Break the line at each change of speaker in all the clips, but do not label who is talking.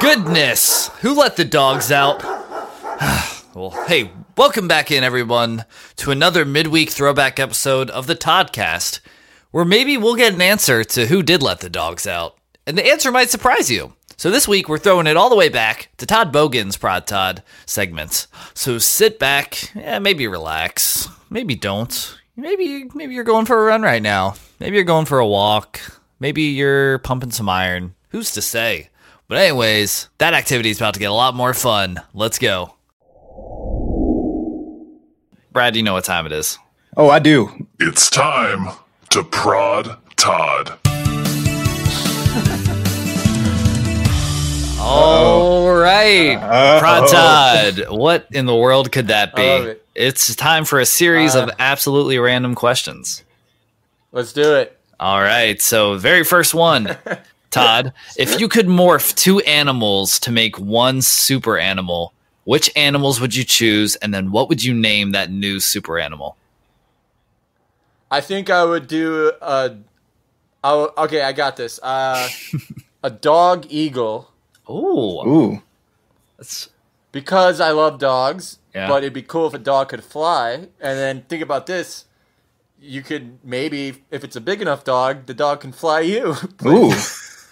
Goodness! Who let the dogs out? well, hey, welcome back in, everyone, to another midweek throwback episode of the Toddcast, where maybe we'll get an answer to who did let the dogs out. And the answer might surprise you. So this week, we're throwing it all the way back to Todd Bogan's Prod Todd segments. So sit back, yeah, maybe relax, maybe don't. Maybe maybe you're going for a run right now. Maybe you're going for a walk. Maybe you're pumping some iron. Who's to say? But anyways, that activity is about to get a lot more fun. Let's go. Brad, you know what time it is.
Oh, I do.
It's time to prod Todd.
All right. Prod Todd, what in the world could that be?
I love it.
It's time for a series of
Uh.
absolutely random questions.
Let's do it.
All right. So, very first one, Todd, if you could morph two animals to make one super animal, which animals would you choose and then what would you name that new super animal?
I think I would do a. I would- okay, I got this. Uh, a dog eagle
Oh,
Ooh.
that's
because I love dogs.
Yeah.
But it'd be cool if a dog could fly. And then think about this: you could maybe, if it's a big enough dog, the dog can fly you.
Ooh.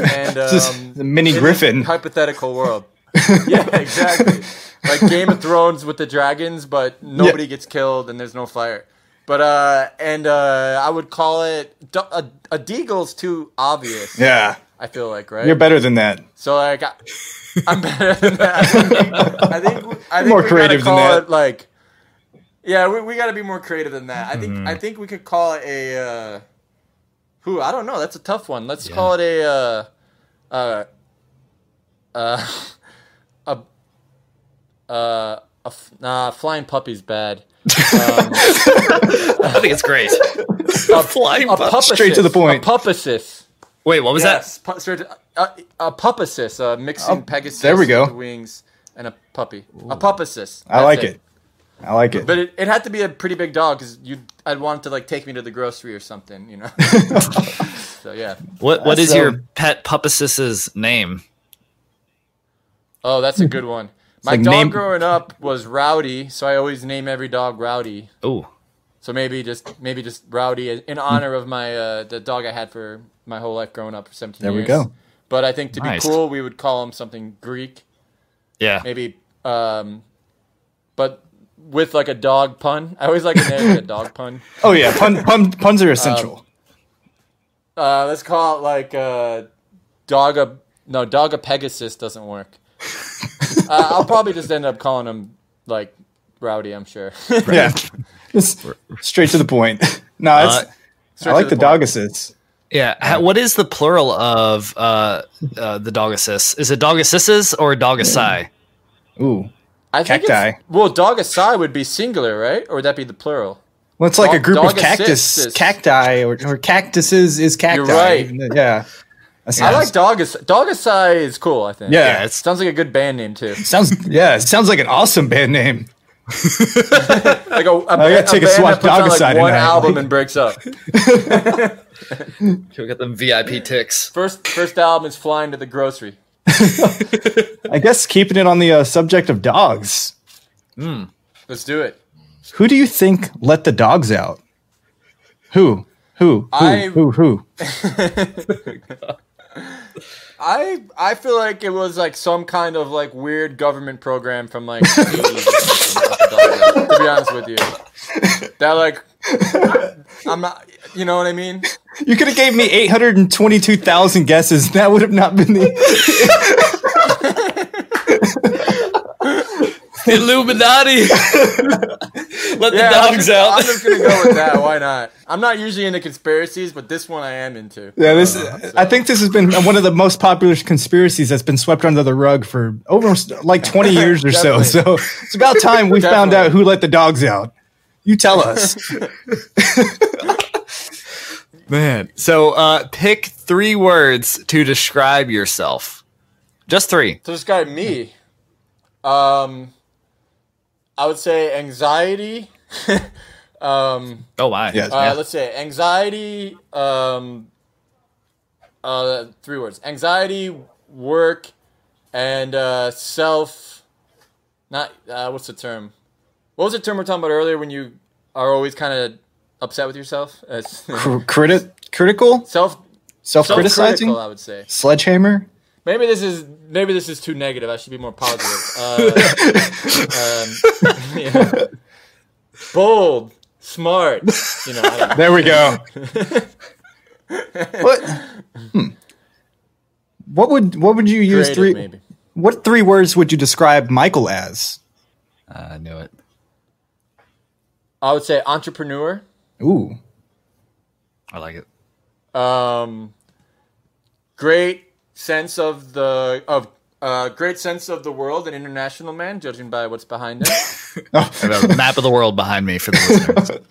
and
Just
um,
the mini
in a
griffin.
hypothetical world. yeah, exactly. Like Game of Thrones with the dragons, but nobody gets killed and there's no fire. But uh, and uh, I would call it do- a, a deagle's too obvious.
Yeah.
I feel like right.
You're better than that.
So like, I, I'm better than that. I think, I think, I think
More
we
creative than
gotta call
that.
It like, yeah, we, we got to be more creative than that. I
Mm-hmm.
think I think we could call it a. Uh, who I don't know. That's a tough one. Let's call it a. Uh, uh, uh, a. Uh, a f- nah, flying puppy's bad. Um,
I think it's great.
a
flying
a
pup-
straight to the
pupicist.
point.
A pupicist.
Wait, what was
Yes, pu- straight to- uh, a, a pupicist, a mixing
Oh,
pegasus.
there we go.
with wings and a puppy. A pupicist.
I like it. I like it.
But it, it had to be a pretty big dog because you, I'd want to like take me to the grocery or something, you know. so yeah.
that? What what is
That's,
your
um,
pet pupicist's name?
Oh, that's a good one. My
like
dog
name-
growing up was Rowdy, so I always name every dog Rowdy.
Oh,
So maybe just maybe just Rowdy in
Hmm.
honor of my uh, the dog I had for my whole life growing up for 17
There we
years.
go.
But I think to
Nice.
be cool, we would call him something Greek.
yeah.
maybe um but with like a dog pun i always like a name with a dog pun
oh yeah, pun, pun, puns are essential.
uh let's call it like uh dog a no dog a pegasus doesn't work uh, i'll probably just end up calling him like rowdy i'm sure Straight
yeah, just straight to the point. No,
Uh,
it's, I like the,
to point.
dog assists.
Yeah. Ha- What is the plural of uh, uh, the dog assist? Is it dog assists or dog assi?
Ooh,
I think
cacti.
it's- well dog aside would be singular right or would that be the plural
well, it's like
Dog-
a group of
dog
cactus,
assists.
cacti, or, or cactuses is cacti.
You're right.
even though- Yeah,
i like dog aside dog aside is cool i think
Yeah.
Yeah, it's
sounds like a good band name too
sounds. Yeah, it sounds like an awesome band name.
like a, a, I
gotta take a swat
that puts
dog
out, like
aside
one
tonight.
album and breaks up
we got them VIP ticks.
first first album is flying to the grocery
I guess keeping it on the uh, subject of dogs.
Let's do it.
Who do you think let the dogs out? Who? Who? Who?
I-
who? Who?
I I feel like it was like some kind of like weird government program from like 80s. to be honest with you. That like I'm not you know what I mean?
You could have gave me eight hundred and twenty-two thousand guesses. That would have not been the.
Illuminati. Let
Yeah,
the
I'm
dogs
just- I'm
out.
just gonna go with that. Why not? I'm not usually into conspiracies, but this one I am into.
Yeah, this. I think this has been one of the most popular conspiracies that's been swept under the rug for over like twenty years or so. So
Definitely.
it's about time we found out
Definitely.
who let the dogs out. You tell us.
Man. So uh, pick three words to describe yourself. Just three.
So this guy me, um, I would say anxiety. um,
Oh my.
Yes.
Uh,
Yeah.
Let's say anxiety. Um, uh, three words: anxiety, work, and uh, self. Not uh, what's the term? What was the term we are talking about earlier when you are always kind of upset with yourself? Uh,
Cr- criti- critical,
self
self
self-critical,
criticizing,
I would say.
sledgehammer.
Maybe this is maybe this is too negative. I should be more positive. Uh, um, yeah. Bold, smart. You know, I don't know.
There we go. what? hmm. What would what would you use
creative
three?
maybe.
What three words would you describe Michael as?
I knew it.
I would say entrepreneur.
Ooh,
I like it.
um, great sense of the of uh, great sense of the world, an international man, judging by what's behind him,
I have a map of the world behind me for the listeners.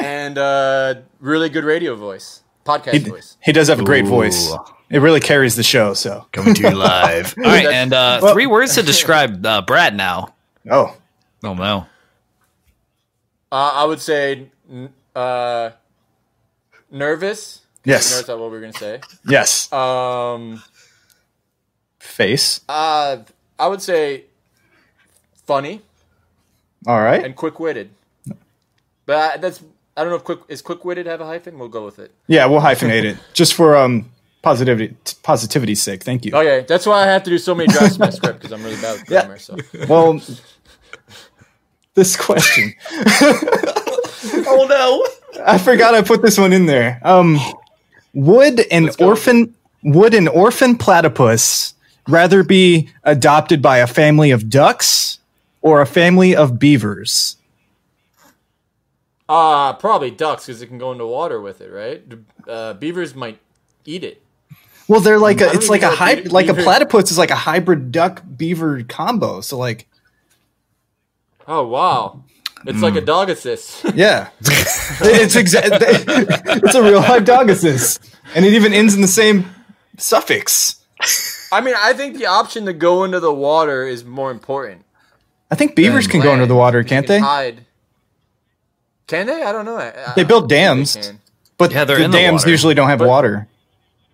and uh, really good radio voice, podcast
he,
voice.
he does have a great
Ooh.
voice. It really carries the show. So,
Coming to you live. All right, and uh, three words to describe uh, Brad now.
oh,
Oh no.
Uh, I would say n- uh, nervous. No,
yes,
that's not what we were gonna say.
yes,
Um,
face.
uh, I would say funny
All right.
and quick witted, but I, that's I don't know if quick is quick witted have a hyphen. We'll go with it.
Yeah, we'll hyphenate it just for um positivity t- positivity's sake. Thank you.
Okay, that's why I have to do so many drafts in my script because I'm really bad with grammar. So
Well, this question.
Oh no.
I forgot I put this one in there. Um, would an
go.
orphan would an orphan platypus rather be adopted by a family of ducks or a family of beavers?
Uh, probably ducks because it can go into water with it, right? Uh, beavers might eat it.
Well, they're like a,
don't
it's like a
even know if
hybrid
beaver-
like a
beaver-
platypus is like a hybrid duck beaver combo. So like
Oh wow, it's like a dog assist.
yeah, it's exactly it's a real life dog assist, and it even ends in the same suffix.
I mean, I think the option to go into the water is more important.
I think beavers can go under the water, can't
You
they?
can Hide. Can they? I don't know. I,
They
I-
build
I think they
dams.
can.
But
Yeah, they're
the
in the
dams
water.
usually don't have water.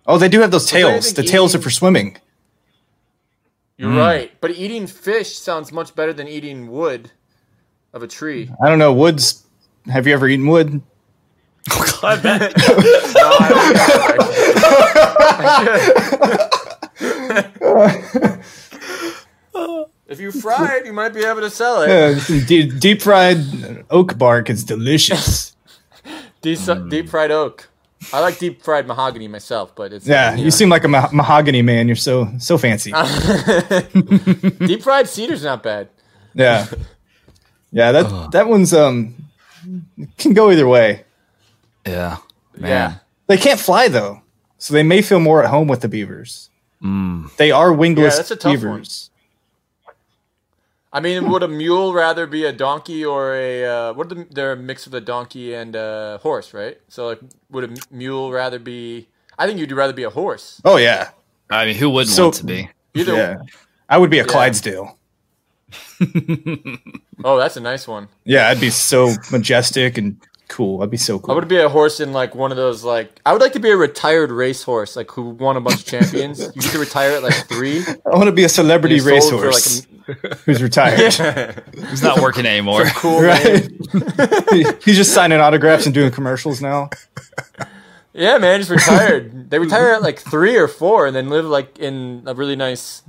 Oh, they do have those
there
tails. The
anything
tails are
eating-
for swimming. Hmm.
You're right, but eating fish sounds much better than eating wood of a tree.
I don't know. Woods. Have you ever eaten wood?
If you fry it, you might be able to sell it.
Uh, some de- deep fried oak bark is delicious.
Deep, deep fried oak. I like deep fried mahogany myself, but it's
Yeah, you seem like a ma- mahogany man. You're so so fancy.
deep fried cedar's not bad.
Yeah, yeah. That that one's um can go either way.
Yeah. Man.
Yeah.
They can't fly though, so they may feel more at home with the beavers. They are wingless
Yeah, that's a tough one.
beavers.
I mean, would a mule rather be a donkey or a uh, what? Are the, they're a mix of a donkey and a horse, right? So, like, would a m- mule rather be? I think you'd rather be a horse.
Oh yeah,
I mean, who wouldn't
So-
want to be?
Either.
yeah. I would be a Clydesdale.
Oh, that's a nice one.
Yeah, I'd be so majestic and cool. I'd be so
I
cool.
would be a horse in like one of those like I would like to be a retired racehorse, like who won a bunch of champions. you get to retire at like three.
I want to be a celebrity
You're sold for,
racehorse
like,
who's retired.
He's not working anymore.
Cool. Man.
right? He's just signing autographs and doing commercials now.
Yeah, man, just retired. they retire at like three or four, and then live like in a really nice.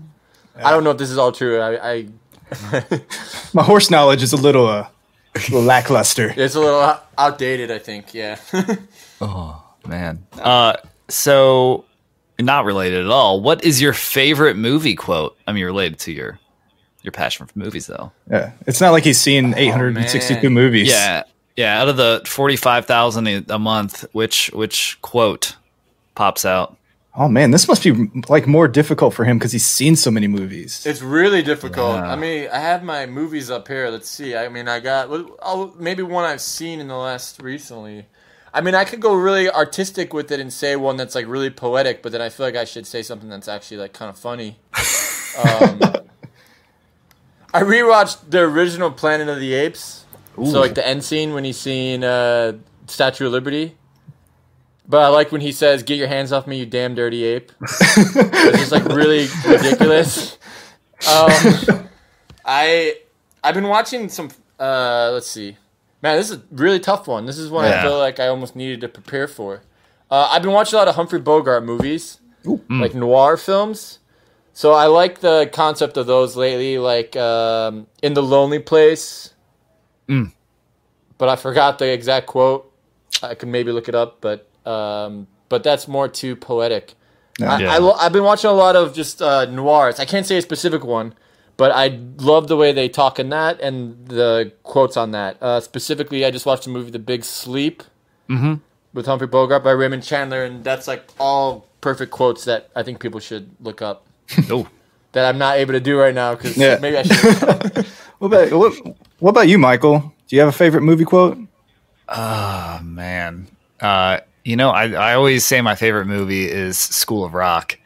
I don't know if this is all true. I, I
My horse knowledge is a little, uh, a little lackluster.
It's a little out- outdated, I think. Yeah.
Man. Uh, so not related at all. What is your favorite movie quote? I mean, related to your your passion for movies, though.
Yeah, it's not like he's seen 862
man.
movies.
Yeah, yeah. Out of the forty five thousand a month, which which quote pops out?
Oh man, this must be like more difficult for him because he's seen so many movies.
it's really difficult. I mean, I have my movies up here. Let's see. I mean, I got well, I'll, maybe one I've seen in the last recently. I mean, I could go really artistic with it and say one that's like really poetic, but then I feel like I should say something that's actually like kind of funny. Um, I rewatched the original Planet of the Apes. So like the end scene when he's seeing uh, Statue of Liberty. But I like when he says, "Get your hands off me, you damn dirty ape." it's just like really ridiculous. Um, I I've been watching some. Uh, let's see, man, this is a really tough one. This is one I
Yeah.
feel like I almost needed to prepare for. Uh, I've been watching a lot of Humphrey Bogart movies, like noir films. So I like the concept of those lately, like um, in the Lonely Place. But I forgot the exact quote. I could maybe look it up, but um, but that's more too poetic. I,
Yeah.
I lo- I've been watching a lot of just uh, noirs. I can't say a specific one, but I love the way they talk in that and the quotes on that. Uh, specifically, I just watched the movie The Big Sleep with Humphrey Bogart by Raymond Chandler, and that's like all perfect quotes that I think people should look up.
Oh.
That I'm not able to do right now because
Yeah.
maybe I should.
What about what, what about you, Michael? Do you have a favorite movie quote?
man. Uh, you know, I, I always say my favorite movie is School of Rock.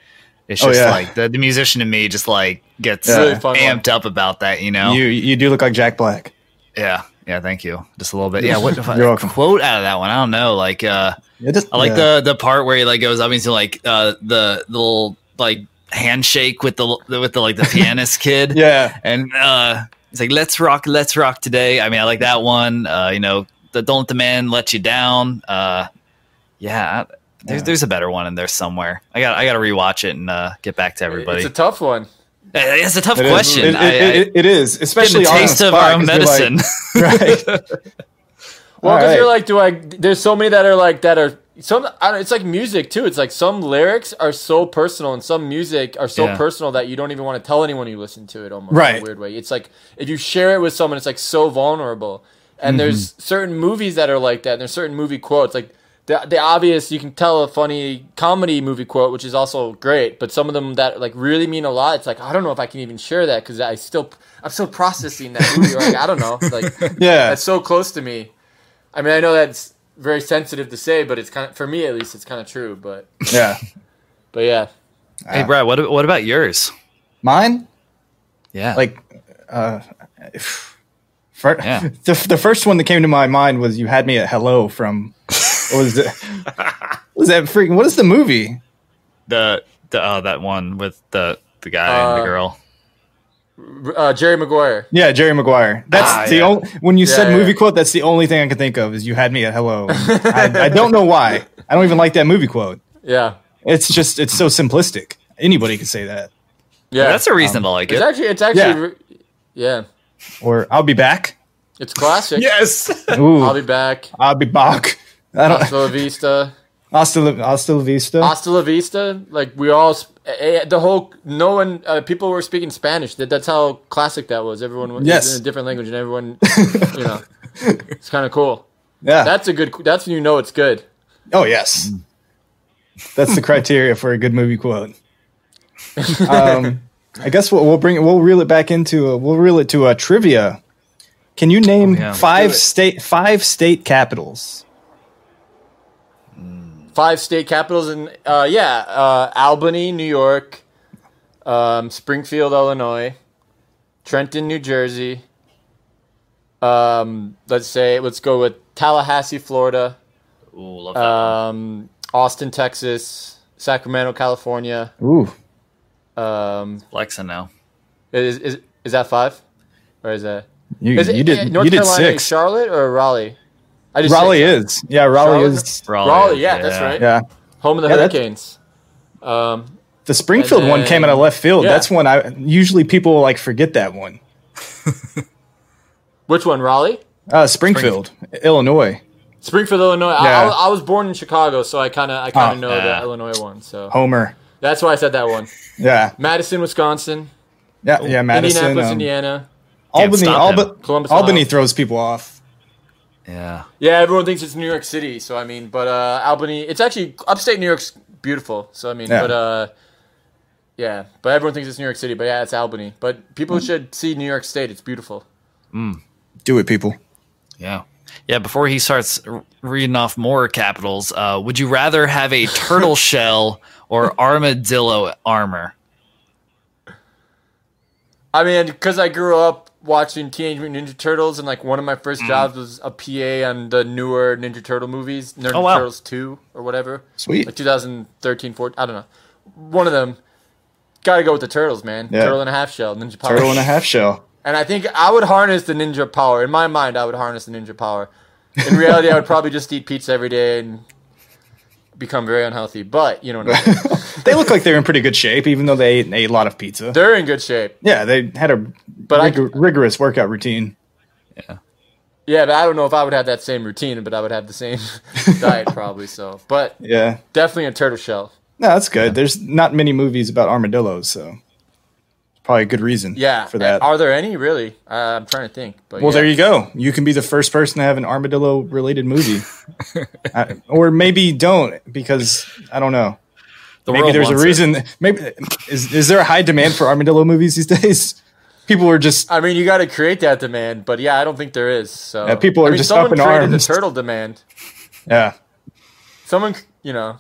It's
Oh,
just
yeah.
like the, the musician in me just like gets
Really
uh,
fun one.
amped up about that, you know?
You you do look like Jack Black.
yeah. Yeah, thank you. Just a little bit. Yeah, what the fuck-
You're welcome.
quote out of that one? I don't know. Like uh
It just-
I like
yeah.
the the part where he like goes up into like uh the, the little like handshake with the with the like the pianist kid.
yeah.
And uh, it's like, let's rock, let's rock today. I mean, I like that one. Uh, you know, the, don't let the man let you down. Uh, yeah, there's there's a better one in there somewhere. I got I got to rewatch it and uh, get back to everybody.
it's a tough one.
Eh, It's a, tough
It is.
question.
It,
I, I,
it- it- it is,
getting
especially
a
on
taste
the
of
spot,
our own
'cause you're like-
medicine.
right.
Well, because
Alright.
you're like, do I? There's so many that are like that are some. I don't, it's like music too. It's like some lyrics are so personal, and some music are so
Yeah.
personal that you don't even want to tell anyone you listen to it. Almost in
Right.
a weird way. It's like if you share it with someone, it's like so vulnerable. And
Mm-hmm.
there's certain movies that are like that. And there's certain movie quotes like. The, the obvious you can tell a funny comedy movie quote which is also great but some of them that like really mean a lot it's like i don't know if i can even share that because i still i'm still processing that movie like i don't know like
Yeah.
that's so close to me. I mean, I know that's very sensitive to say, but it's kind of for me at least, it's kind of true. But
yeah.
but yeah,
hey, Brad, what what about yours?
Mine?
Yeah,
Like uh fir-
Yeah.
the, the first one that came to my mind was you had me at hello from what was it? what was that freaking what is the movie?
the the uh, that one with the the guy and
Uh,
the girl.
uh, Jerry Maguire.
Yeah, Jerry Maguire. That's
Ah,
the
yeah.
only when you
Yeah,
said
yeah.
movie quote, that's the only thing I could think of is you had me at hello. I, I don't know why. I don't even like that movie quote.
Yeah,
It's just it's so simplistic. Anybody could say that.
yeah.
That's a reason to like
it's
it.
actually it's actually re- yeah,
Or I'll be back.
it's classic.
yes.
Ooh,
I'll be back.
I'll be back. I don't
Hasta la vista.
hasta, la- hasta la vista.
Hasta la vista. Like we all, sp- eh, eh, the whole no one, uh, people were speaking Spanish. That that's how classic that was. Everyone was
Yes.
in a different language, and everyone, you know, it's kind of cool.
yeah.
That's a good. That's when you know it's good.
Oh yes, that's the criteria for a good movie quote. Um, I guess we'll, we'll bring it. We'll reel it back into. A, we'll reel it to a trivia. Can you name
Oh, yeah.
Do
five
it.
state five state capitals?
five state capitals and uh, yeah, uh, Albany, New York, um, Springfield, Illinois, Trenton, New Jersey. Um, let's say let's go with Tallahassee, Florida,
Ooh, love that.
um, Austin, Texas, Sacramento, California.
Ooh,
Um,
Flexing now.
is, is is that five, or is that
you,
is it,
you
eh,
did
North
you did
Carolina,
six.
Charlotte or Raleigh? I just
Raleigh
said-
is yeah. Raleigh
Charlotte?
is
Raleigh,
Raleigh, yeah, that's right.
yeah.
home of the
Yeah, that's-
Hurricanes. Um,
The Springfield
And
one came out of
then-
left field.
yeah.
That's one I usually people like forget that one.
which one, Raleigh?
Uh, Springfield, Illinois,
Springfield, Illinois. I-
Yeah.
I, I, was born in Chicago, so I kind of I kind of
Oh,
know
yeah.
the Illinois one. So
Homer.
that's why I said that one.
Yeah,
Madison, Wisconsin.
yeah, yeah. Madison,
Oh. Indianapolis,
um,
Indiana.
Albany,
stop him.
Alba-
Columbus,
Albany
Ohio.
throws people off.
Yeah.
Yeah, everyone thinks it's New York City. So I mean, but uh, Albany. It's actually upstate New York's beautiful. So I mean,
Yeah.
but uh, yeah, but everyone thinks it's New York City. But yeah, it's Albany. But people
Mm-hmm.
should see New York State. It's beautiful.
Do it, people.
Yeah. Yeah, before he starts r- reading off more capitals, uh, would you rather have a turtle shell or armadillo armor?
I mean, because I grew up watching Teenage Mutant Ninja Turtles, and like one of my first
Mm.
jobs was a PA on the newer Ninja Turtle movies, Ninja
Oh, wow.
Turtles Two or whatever,
Sweet.
like 2013, 14, I don't know, one of them. Got to go with the turtles, man.
Yeah.
Turtle and a half shell, ninja power.
Turtle and a half shell.
And I think I would harness the ninja power. In my mind, I would harness the ninja power. In reality, I would probably just eat pizza every day and become very unhealthy. But you know, what I mean.
They look like they're in pretty good shape, even though they ate, ate a lot of pizza.
they're in good shape.
yeah, they had a
I-
rig- rigorous workout routine.
Yeah, but I don't know if I would have that same routine, but I would have the same diet probably. So, but
Yeah,
definitely a turtle shell.
no, that's good. There's not many movies about armadillos, so probably a good reason.
Yeah.
for that.
Are there any really? Uh, I'm trying to think. But
well,
yeah.
there you go. You can be the first person to have an armadillo related movie, I- or maybe don't because I don't know.
The
Maybe
world
there's a
wants it.
reason. Maybe is is there a high demand for armadillo movies these days? People are just
I mean, you got to create that demand, but yeah, I don't think there is. So
Yeah, people
I
are
mean,
just
someone
up in
created
arms.
the turtle demand.
yeah.
Someone, you know,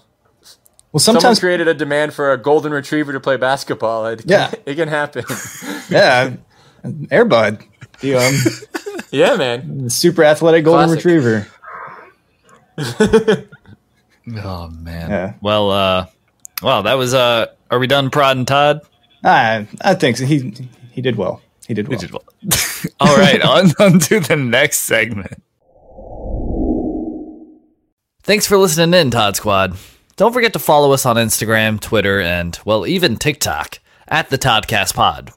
Well,
Someone
sometimes
created a demand for a golden retriever to play basketball. It can,
Yeah.
it can happen.
yeah, Airbud, the um,
yeah, man.
super athletic golden
Classic.
retriever.
Oh man.
Yeah.
Well, uh, wow, that was uh, are we done, Prod and Todd?
I I think so. he he did well. He did well.
All right, on, on to the next segment. Thanks for listening in, Todd Squad. Don't forget to follow us on Instagram, Twitter, and, well, even TikTok at the Toddcast Pod.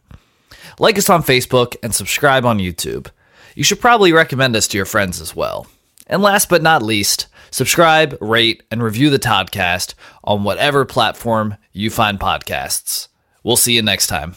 Like us on Facebook and subscribe on YouTube. You should probably recommend us to your friends as well. And last but not least, subscribe, rate, and review the Toddcast on whatever platform you find podcasts. We'll see you next time.